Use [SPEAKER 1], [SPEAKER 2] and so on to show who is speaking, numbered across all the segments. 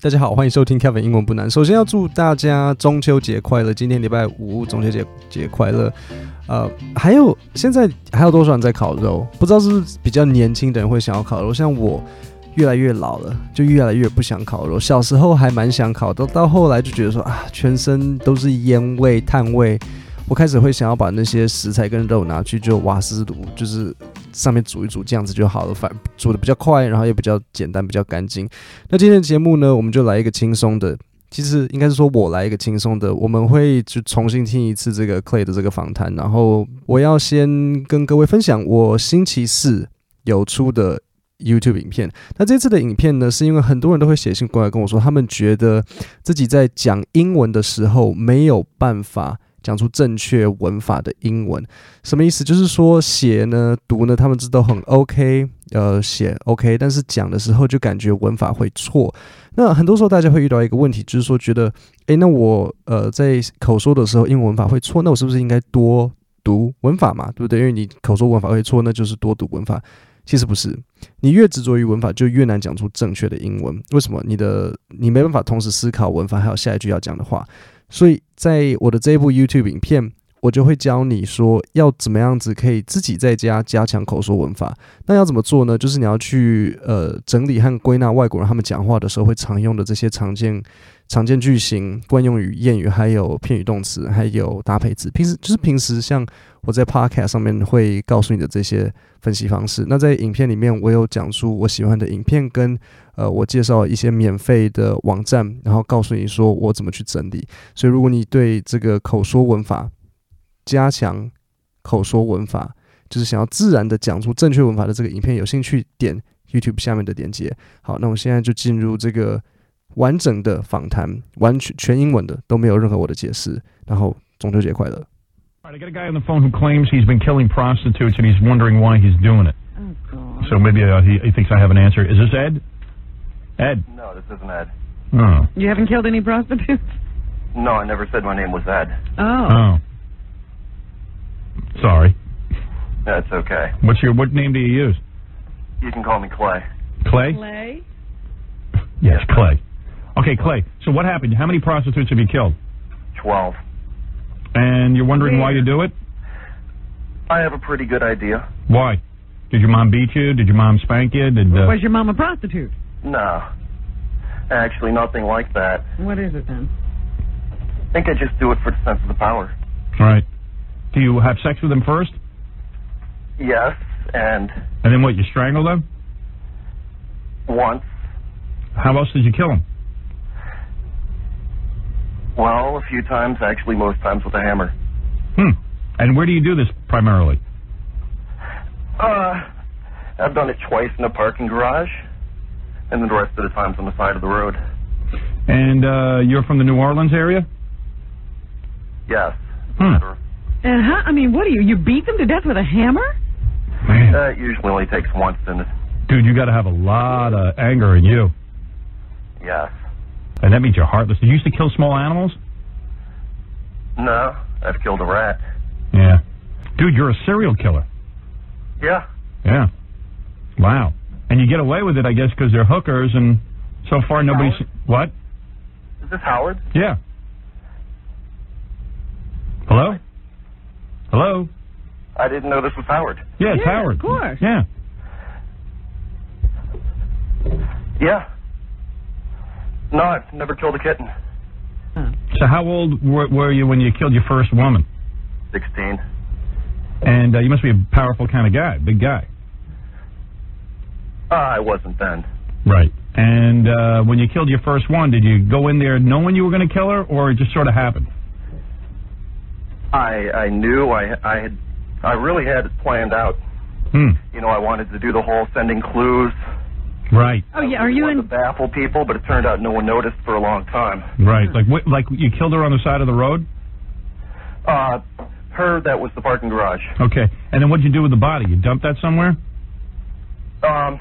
[SPEAKER 1] 大家好，欢迎收听 Kevin 英文不难。首先要祝大家中秋节快乐，今天礼拜五，中秋节节快乐。呃，还有现在还有多少人在烤肉？不知道是不是比较年轻的人会想要烤肉，像我越来越老了，就越来越不想烤肉。小时候还蛮想烤，到到后来就觉得说啊，全身都是烟味、炭味，我开始会想要把那些食材跟肉拿去就瓦斯炉，就是上面煮一煮，这样子就好了，反煮的比较快，然后也比较简单，比较干净。那今天的节目呢，我们就来一个轻松的，其实应该是说我来一个轻松的，我们会就重新听一次这个 Clay 的这个访谈，然后我要先跟各位分享我星期四有出的 YouTube 影片。那这次的影片呢，是因为很多人都会写信过来跟我说，他们觉得自己在讲英文的时候没有办法。讲出正确文法的英文，什么意思？就是说写呢、读呢，他们知道很 OK，呃，写 OK，但是讲的时候就感觉文法会错。那很多时候大家会遇到一个问题，就是说觉得，诶，那我呃在口说的时候英文文法会错，那我是不是应该多读文法嘛？对不对？因为你口说文法会错，那就是多读文法。其实不是，你越执着于文法，就越难讲出正确的英文。为什么？你的你没办法同时思考文法还有下一句要讲的话。所以在我的这一部 YouTube 影片，我就会教你说要怎么样子可以自己在家加强口说文法。那要怎么做呢？就是你要去呃整理和归纳外国人他们讲话的时候会常用的这些常见常见句型、惯用语、谚语，还有片语动词，还有搭配词。平时就是平时像我在 Podcast 上面会告诉你的这些分析方式。那在影片里面，我有讲出我喜欢的影片跟呃我介绍一些免费的网站，然后告诉你说我怎么去整理。所以，如果你对这个口说文法加强口说文法，就是想要自然的讲出正确文法的这个影片有兴趣，点 YouTube 下面的链接。好，那我们现在就进入这个完整的访谈，完全全英文的，都没有任何我的解释。然后中秋节快乐！
[SPEAKER 2] All right, I got a guy on the phone who claims he's been killing prostitutes and he's wondering why he's doing it.
[SPEAKER 3] Oh, God.
[SPEAKER 2] So maybe uh, he, he thinks I have an answer. Is this Ed? Ed?
[SPEAKER 4] No, this isn't Ed.
[SPEAKER 2] Oh.
[SPEAKER 3] You haven't killed any prostitutes?
[SPEAKER 4] No, I never said my name was Ed.
[SPEAKER 3] Oh.
[SPEAKER 2] Oh. Sorry.
[SPEAKER 4] That's okay.
[SPEAKER 2] What's your what name do you use?
[SPEAKER 4] You can call me Clay.
[SPEAKER 2] Clay?
[SPEAKER 3] Clay?
[SPEAKER 2] Yes, Clay. Okay, Clay. So what happened? How many prostitutes have you killed?
[SPEAKER 4] Twelve.
[SPEAKER 2] And you're wondering why you do it?
[SPEAKER 4] I have a pretty good idea.
[SPEAKER 2] Why? Did your mom beat you? Did your mom spank you? Did uh,
[SPEAKER 3] Was your mom a prostitute?
[SPEAKER 4] No. Actually, nothing like that.
[SPEAKER 3] What is it then?
[SPEAKER 4] I think I just do it for the sense of the power.
[SPEAKER 2] all right? Do you have sex with them first?
[SPEAKER 4] Yes, and
[SPEAKER 2] And then what? You strangle them?
[SPEAKER 4] once.
[SPEAKER 2] How else did you kill them?
[SPEAKER 4] Well, a few times, actually, most times with a hammer.
[SPEAKER 2] Hmm. And where do you do this primarily?
[SPEAKER 4] Uh, I've done it twice in a parking garage, and then the rest of the times on the side of the road.
[SPEAKER 2] And uh, you're from the New Orleans area?
[SPEAKER 4] Yes.
[SPEAKER 2] Hmm.
[SPEAKER 3] And how, I mean, what do you, you beat them to death with a hammer?
[SPEAKER 2] Man,
[SPEAKER 4] That usually only takes once, and it's,
[SPEAKER 2] dude, you got to have a lot of anger in you,
[SPEAKER 4] yes.
[SPEAKER 2] and that means you're heartless. You used to kill small animals?
[SPEAKER 4] No, I've killed a rat.
[SPEAKER 2] Yeah, dude, you're a serial killer.
[SPEAKER 4] Yeah,
[SPEAKER 2] Yeah, wow. And you get away with it, I guess, because they're hookers, and so far nobody's what?
[SPEAKER 4] Is this Howard?
[SPEAKER 2] Yeah. Hello. Hello.
[SPEAKER 4] I didn't know this was Howard.
[SPEAKER 2] Yeah, it's
[SPEAKER 3] Yeah,
[SPEAKER 2] Howard.
[SPEAKER 3] of course.
[SPEAKER 2] Yeah.
[SPEAKER 4] Yeah. No, I've never killed a kitten.
[SPEAKER 2] So how old were, were you when you killed your first woman?
[SPEAKER 4] 16.
[SPEAKER 2] And uh, you must be a powerful kind of guy, big guy.
[SPEAKER 4] Uh, I wasn't then.
[SPEAKER 2] Right. And uh, when you killed your first one, did you go in there knowing you were going to kill her, or it just sort of happened?
[SPEAKER 4] I I knew I I had I really had it planned out.
[SPEAKER 2] Hmm.
[SPEAKER 4] You know, I wanted to do the whole sending clues.
[SPEAKER 2] Right.
[SPEAKER 3] Oh, yeah, are you
[SPEAKER 4] wanted to
[SPEAKER 3] in.
[SPEAKER 4] baffle people, but it turned out no one noticed for a long time.
[SPEAKER 2] Right. Like what, like you killed her on the side of the road.
[SPEAKER 4] Uh, her that was the parking garage.
[SPEAKER 2] Okay. And then what'd you do with the body? You dumped that somewhere?
[SPEAKER 4] Um,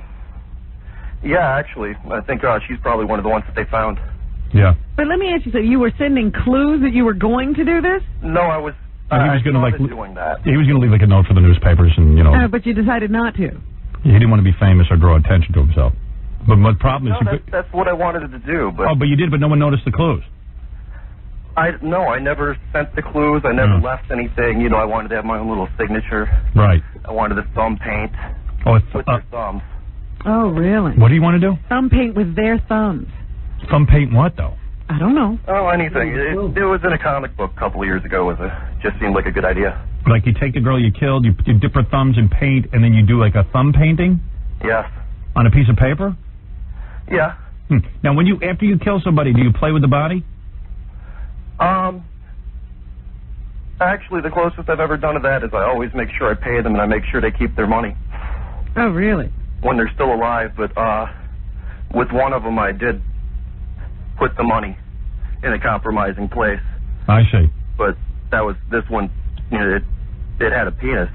[SPEAKER 4] yeah, actually, I think uh, she's probably one of the ones that they found.
[SPEAKER 2] Yeah.
[SPEAKER 3] But let me ask you something. You were sending clues that you were going to do this,
[SPEAKER 4] No, I was.
[SPEAKER 2] And he was
[SPEAKER 4] I
[SPEAKER 2] gonna, like,
[SPEAKER 4] started
[SPEAKER 2] l-
[SPEAKER 4] doing that.
[SPEAKER 2] He was going to leave like a Oh.
[SPEAKER 4] Oh.
[SPEAKER 2] note for the newspapers, and you know
[SPEAKER 3] uh, but you decided not to.
[SPEAKER 2] he didn't want to be famous or draw attention to himself. But my problem is
[SPEAKER 4] No,
[SPEAKER 2] you
[SPEAKER 4] that's,
[SPEAKER 2] could.
[SPEAKER 4] that's what I wanted to do, but
[SPEAKER 2] Oh, but you did, but no one noticed the clues.
[SPEAKER 4] I no, I never sent the clues. I never
[SPEAKER 2] Hmm.
[SPEAKER 4] left anything. You know, I wanted to have my own little signature.
[SPEAKER 2] Right.
[SPEAKER 4] I wanted a thumb paint
[SPEAKER 2] Oh, it's,
[SPEAKER 4] with
[SPEAKER 2] uh,
[SPEAKER 4] your thumbs.
[SPEAKER 3] Oh, really?
[SPEAKER 2] what do you want to do?
[SPEAKER 3] Thumb paint with their thumbs.
[SPEAKER 2] Thumb paint what though?
[SPEAKER 3] I don't know.
[SPEAKER 4] Oh, anything. It, it was in a comic book a couple of years ago. Was a just seemed like a good idea.
[SPEAKER 2] Like you take the girl you killed, you, you dip her thumbs in paint, and then you do like a thumb painting
[SPEAKER 4] Yes.
[SPEAKER 2] on a piece of paper.
[SPEAKER 4] Yeah.
[SPEAKER 2] Hmm. Now, when you after you kill somebody, do you play with the body?
[SPEAKER 4] Um. Actually, the closest I've ever done to that is I always make sure I pay them and I make sure they keep their money
[SPEAKER 3] Oh, really?
[SPEAKER 4] when they're still alive. But uh, with one of them, I did put the money in a compromising place.
[SPEAKER 2] I see.
[SPEAKER 4] But that was this one. You know, it it had a penis.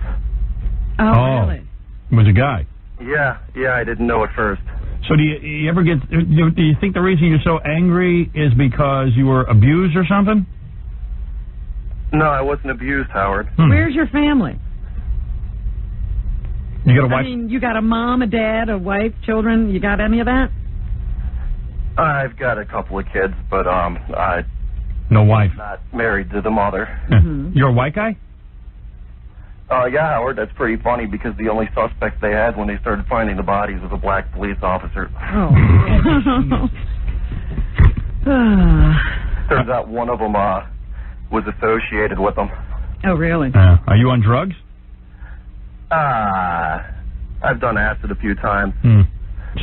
[SPEAKER 3] Oh,
[SPEAKER 2] Oh.
[SPEAKER 3] really?
[SPEAKER 2] It was a guy.
[SPEAKER 4] Yeah. Yeah. I didn't know at first.
[SPEAKER 2] So do you, you ever get? Do you, do you think the reason you're so angry is because you were abused or something?
[SPEAKER 4] No, I wasn't abused, Howard.
[SPEAKER 2] Hmm.
[SPEAKER 3] Where's your family?
[SPEAKER 2] you got to
[SPEAKER 3] I
[SPEAKER 2] watch?
[SPEAKER 3] mean, you got a mom, a dad, a wife, children. You got any of that?
[SPEAKER 4] I've got a couple of kids, but um, I'm
[SPEAKER 2] no wife.
[SPEAKER 4] not married to the mother.
[SPEAKER 3] Mhm.
[SPEAKER 2] You're a white guy.
[SPEAKER 4] Uh, yeah, Howard, that's pretty funny because the only suspect they had when they started finding the bodies was a black police officer.
[SPEAKER 3] Oh.
[SPEAKER 4] Turns out one of them uh, was associated with them.
[SPEAKER 3] oh, really?
[SPEAKER 2] Uh, are you on drugs?
[SPEAKER 4] Ah, I've done acid a few times.
[SPEAKER 2] Hmm.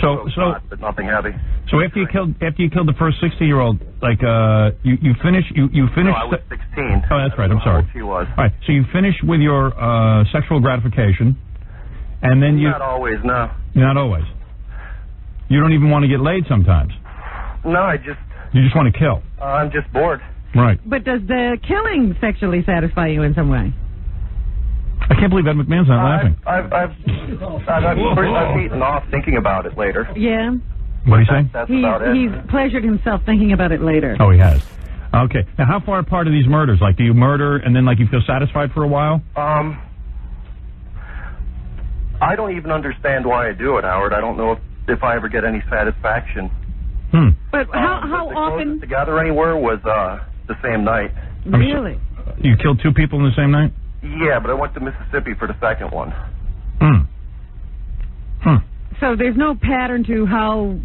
[SPEAKER 2] So so
[SPEAKER 4] Not- but nothing heavy.
[SPEAKER 2] so after you killed after you killed the first sixty year old, like uh, you you finish you you
[SPEAKER 4] No,
[SPEAKER 2] finish.
[SPEAKER 4] I was 16.
[SPEAKER 2] Oh, that's right. I'm
[SPEAKER 4] How
[SPEAKER 2] sorry.
[SPEAKER 4] old She was.
[SPEAKER 2] All right. So you finish with your uh, sexual gratification, and then you
[SPEAKER 4] Not always, no.
[SPEAKER 2] not always. You don't even want to get laid sometimes.
[SPEAKER 4] No, I just,
[SPEAKER 2] You just want to kill.
[SPEAKER 4] uh, I'm just bored.
[SPEAKER 2] Right.
[SPEAKER 3] But does the killing sexually satisfy you in some way?
[SPEAKER 2] I can't believe Ed McMahon's not laughing.
[SPEAKER 4] I've, I've, I've, I've, I've, I've eaten off thinking about it later.
[SPEAKER 3] Yeah.
[SPEAKER 2] What do you say?
[SPEAKER 4] That's
[SPEAKER 3] He's,
[SPEAKER 4] about it.
[SPEAKER 3] he's pleasured himself thinking about it later.
[SPEAKER 2] Oh, he has. Okay. Now, how far apart are these murders? Like, do you murder and then like you feel satisfied for a while?
[SPEAKER 4] Um, I don't even understand why I do it, Howard. I don't know if, if I ever get any satisfaction.
[SPEAKER 2] Hmm.
[SPEAKER 3] But how,
[SPEAKER 4] Um,
[SPEAKER 3] how
[SPEAKER 4] the
[SPEAKER 3] often?
[SPEAKER 4] closest together anywhere was uh, the same night.
[SPEAKER 2] I'm
[SPEAKER 3] Really?
[SPEAKER 2] You killed two people in the same night?
[SPEAKER 4] Yeah, but I went to Mississippi for the second one.
[SPEAKER 2] Hmm. Hmm.
[SPEAKER 3] So there's no pattern to how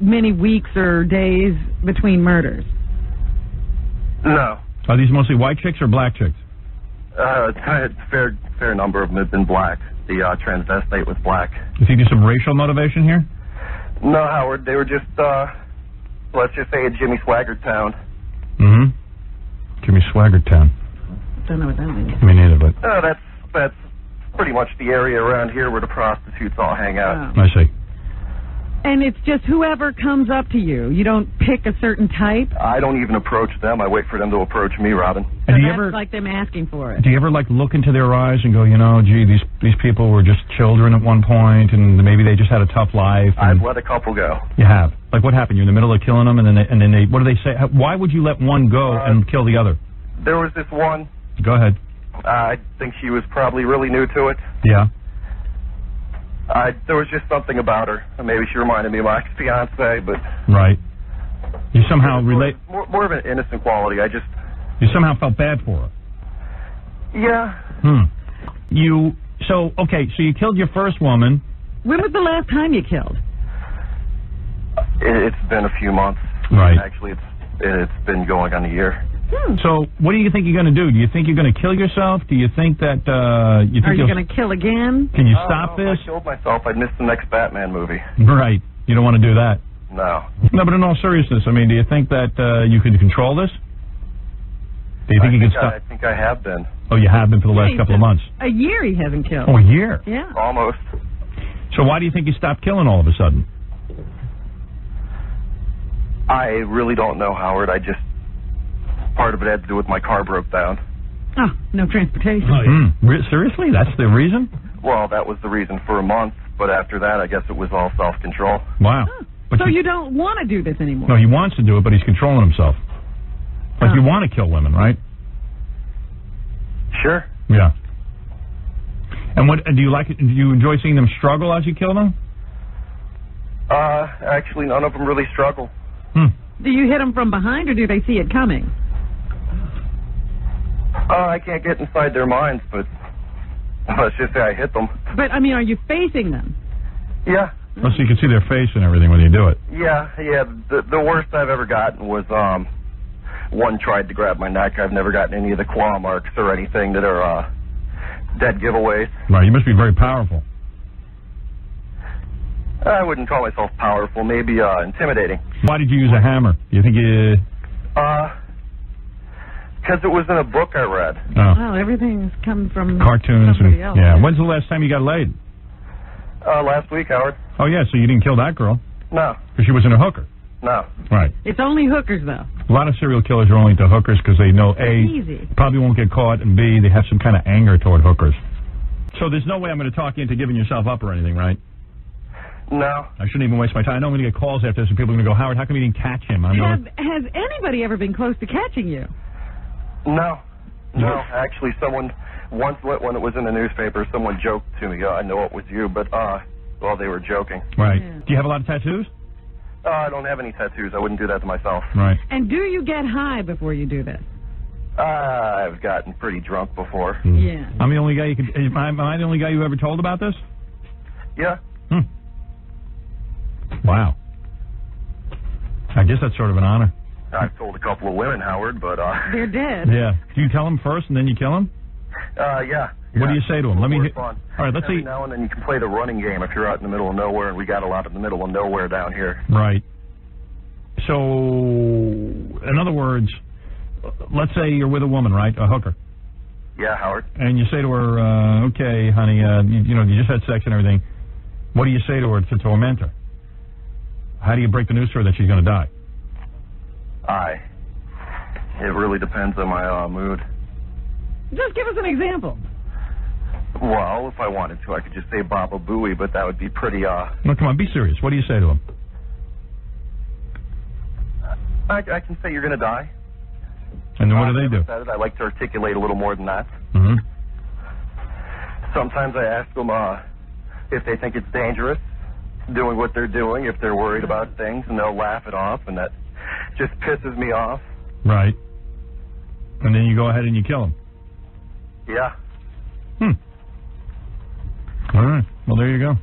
[SPEAKER 3] many weeks or days between murders.
[SPEAKER 4] No,
[SPEAKER 2] Are these mostly white chicks or black chicks?
[SPEAKER 4] uh, a fair fair number of them have been black. The uh, transvestite was black.
[SPEAKER 2] You think there's some racial motivation here?
[SPEAKER 4] No, Howard, they were just uh, let's just say a Jimmy Swagger town.
[SPEAKER 2] Mm-hmm. Give me Swagger Town.
[SPEAKER 3] Don't know what that means.
[SPEAKER 2] Me neither, but
[SPEAKER 4] Uh, that's that's pretty much the area around here where the prostitutes all hang out.
[SPEAKER 3] Oh.
[SPEAKER 2] I see.
[SPEAKER 3] And it's just whoever comes up to you. You don't pick a certain type.
[SPEAKER 4] I don't even approach them. I wait for them to approach me, Robin.
[SPEAKER 2] And
[SPEAKER 3] So
[SPEAKER 2] do you
[SPEAKER 3] that's
[SPEAKER 2] ever
[SPEAKER 3] like them asking for it.
[SPEAKER 2] do you ever like look into their eyes and go, you know, gee, these these people were just children at one point, and maybe they just had a tough life.
[SPEAKER 4] I've
[SPEAKER 2] and-
[SPEAKER 4] let a couple go.
[SPEAKER 2] You have. Like what happened? You're in the middle of killing them, and then they, and then they. What do they say? How- Why would you let one go and kill the other?
[SPEAKER 4] There was this one.
[SPEAKER 2] Go ahead.
[SPEAKER 4] Uh, I think she was probably really new to it.
[SPEAKER 2] Yeah.
[SPEAKER 4] I, there was just something about her. Maybe she reminded me of my ex-fiance, but
[SPEAKER 2] Right. You somehow relate.
[SPEAKER 4] More, more of an innocent quality. I just,
[SPEAKER 2] You somehow felt bad for her.
[SPEAKER 4] yeah.
[SPEAKER 2] Hmm. You. So okay. So you killed your first woman.
[SPEAKER 3] When was the last time you killed?
[SPEAKER 4] It, it's been a few months.
[SPEAKER 2] Right.
[SPEAKER 4] Actually, it's it's been going on a year.
[SPEAKER 2] So what do you think you're going to do? Do you think you're going to kill yourself? Do you think that uh, you think
[SPEAKER 3] Are you
[SPEAKER 2] will
[SPEAKER 3] going to kill again?
[SPEAKER 2] Can you
[SPEAKER 4] Oh,
[SPEAKER 2] stop
[SPEAKER 4] no, if
[SPEAKER 2] this?
[SPEAKER 4] I killed myself. I'd miss the next Batman movie.
[SPEAKER 2] Right. You don't want to do that.
[SPEAKER 4] No.
[SPEAKER 2] No, but in all seriousness, I mean, do you think that uh, you can control this? Do you think
[SPEAKER 4] I
[SPEAKER 2] you can
[SPEAKER 4] think
[SPEAKER 2] stop?
[SPEAKER 4] I, I think I have been
[SPEAKER 2] Oh, you have been for the last
[SPEAKER 3] Hey,
[SPEAKER 2] couple of
[SPEAKER 3] since
[SPEAKER 2] months.
[SPEAKER 3] A year he hasn't killed.
[SPEAKER 2] Oh, a year.
[SPEAKER 3] Yeah.
[SPEAKER 4] almost.
[SPEAKER 2] So why do you think you stopped killing all of a sudden?
[SPEAKER 4] I really don't know, Howard. I just part of it had to do with my car broke down.
[SPEAKER 3] Oh, no transportation.
[SPEAKER 2] Hmm. Re- seriously, that's the reason?
[SPEAKER 4] Well, that was the reason for a month, but after that, I guess it was all self-control.
[SPEAKER 2] Wow. But
[SPEAKER 3] So you don't want to do this anymore.
[SPEAKER 2] no, he wants to do it, but he's controlling himself. Like
[SPEAKER 3] Huh.
[SPEAKER 2] you want to kill women, right?
[SPEAKER 4] Sure.
[SPEAKER 2] Yeah. And what do you like? Do you enjoy seeing them struggle as you kill them?
[SPEAKER 4] Uh, actually, none of them really struggle.
[SPEAKER 2] Hmm.
[SPEAKER 3] Do you hit them from behind, or do they see it coming?
[SPEAKER 4] Uh, I can't get inside their minds, but let's just say I hit them.
[SPEAKER 3] But I mean, are you facing them?
[SPEAKER 4] Yeah,
[SPEAKER 2] Well, so you can see their face and everything when you do it.
[SPEAKER 4] yeah, yeah. The the worst I've ever gotten was um, one tried to grab my neck. I've never gotten any of the claw marks or anything that are uh, dead giveaways.
[SPEAKER 2] Right. You must be very powerful.
[SPEAKER 4] I wouldn't call myself powerful, maybe uh, intimidating.
[SPEAKER 2] Why did you use a hammer? Do you think you? oh,
[SPEAKER 4] Uh, because it was in a book I read.
[SPEAKER 2] Oh,
[SPEAKER 3] Wow, everything's come from
[SPEAKER 2] cartoons and
[SPEAKER 3] somebody else.
[SPEAKER 2] yeah. When's the last time you got laid?
[SPEAKER 4] Uh, last week, Howard.
[SPEAKER 2] Oh yeah. So you didn't kill that girl
[SPEAKER 4] No,
[SPEAKER 2] because she wasn't a hooker.
[SPEAKER 4] no.
[SPEAKER 2] Right.
[SPEAKER 3] It's only hookers though.
[SPEAKER 2] A lot of serial killers are only into hookers because they know a
[SPEAKER 3] Easy.
[SPEAKER 2] probably won't get caught, and b they have some kind of anger toward hookers. So there's no way I'm going to talk you into giving yourself up or anything, right?
[SPEAKER 4] No.
[SPEAKER 2] I shouldn't even waste my time. I know I'm going to get calls after this, and people are going to go, Howard, how come you didn't catch him? I'm
[SPEAKER 3] Have,
[SPEAKER 2] going,
[SPEAKER 3] has anybody ever been close to catching you?
[SPEAKER 4] No. No. Actually, someone once let when it was in the newspaper, someone joked to me, oh, I know it was you, but, uh, well, they were joking.
[SPEAKER 2] right.
[SPEAKER 3] Yeah.
[SPEAKER 2] Do you have a lot of tattoos?
[SPEAKER 4] Uh, I don't have any tattoos. I wouldn't do that to myself.
[SPEAKER 2] Right.
[SPEAKER 3] And do you get high before you do this?
[SPEAKER 4] Uh, I've gotten pretty drunk before.
[SPEAKER 2] Mm.
[SPEAKER 3] Yeah.
[SPEAKER 2] I'm the only guy you could. Am I, am I the only guy you ever told about this?
[SPEAKER 4] Yeah.
[SPEAKER 2] Hmm. Wow. I guess that's sort of an honor.
[SPEAKER 4] I've told a couple of women, Howard, but, uh,
[SPEAKER 3] They're dead.
[SPEAKER 2] Yeah. Do you tell him first and then you kill him?
[SPEAKER 4] uh, yeah.
[SPEAKER 2] What
[SPEAKER 4] yeah.
[SPEAKER 2] do you say to him? Let me.
[SPEAKER 4] More
[SPEAKER 2] hear-
[SPEAKER 4] fun.
[SPEAKER 2] All right. Let's
[SPEAKER 4] Every
[SPEAKER 2] see.
[SPEAKER 4] now and then you can play the running game if you're out in the middle of nowhere, and we got a lot in the middle of nowhere down here.
[SPEAKER 2] Right. So, in other words, let's say you're with a woman, right, a hooker,
[SPEAKER 4] Yeah, Howard.
[SPEAKER 2] and you say to her, uh, "Okay, honey, uh, you, you know, you just had sex and everything." What do you say to her to torment her? How do you break the news to her that she's going to die?
[SPEAKER 4] I. It really depends on my uh, mood.
[SPEAKER 3] Just give us an example.
[SPEAKER 4] Well, if I wanted to, I could just say Baba Booey, but that would be pretty, uh,
[SPEAKER 2] No, come on, be serious. What do you say to him?
[SPEAKER 4] I, I can say you're gonna die.
[SPEAKER 2] And then what do
[SPEAKER 4] I've
[SPEAKER 2] they
[SPEAKER 4] never
[SPEAKER 2] do?
[SPEAKER 4] said it. I like to articulate a little more than that.
[SPEAKER 2] hmm
[SPEAKER 4] Sometimes I ask them, uh, if they think it's dangerous doing what they're doing, if they're worried about things, and they'll laugh it off, and that just pisses me off.
[SPEAKER 2] Right. And then you go ahead and you kill him.
[SPEAKER 4] Yeah.
[SPEAKER 2] Hmm. All right. Well, there you go.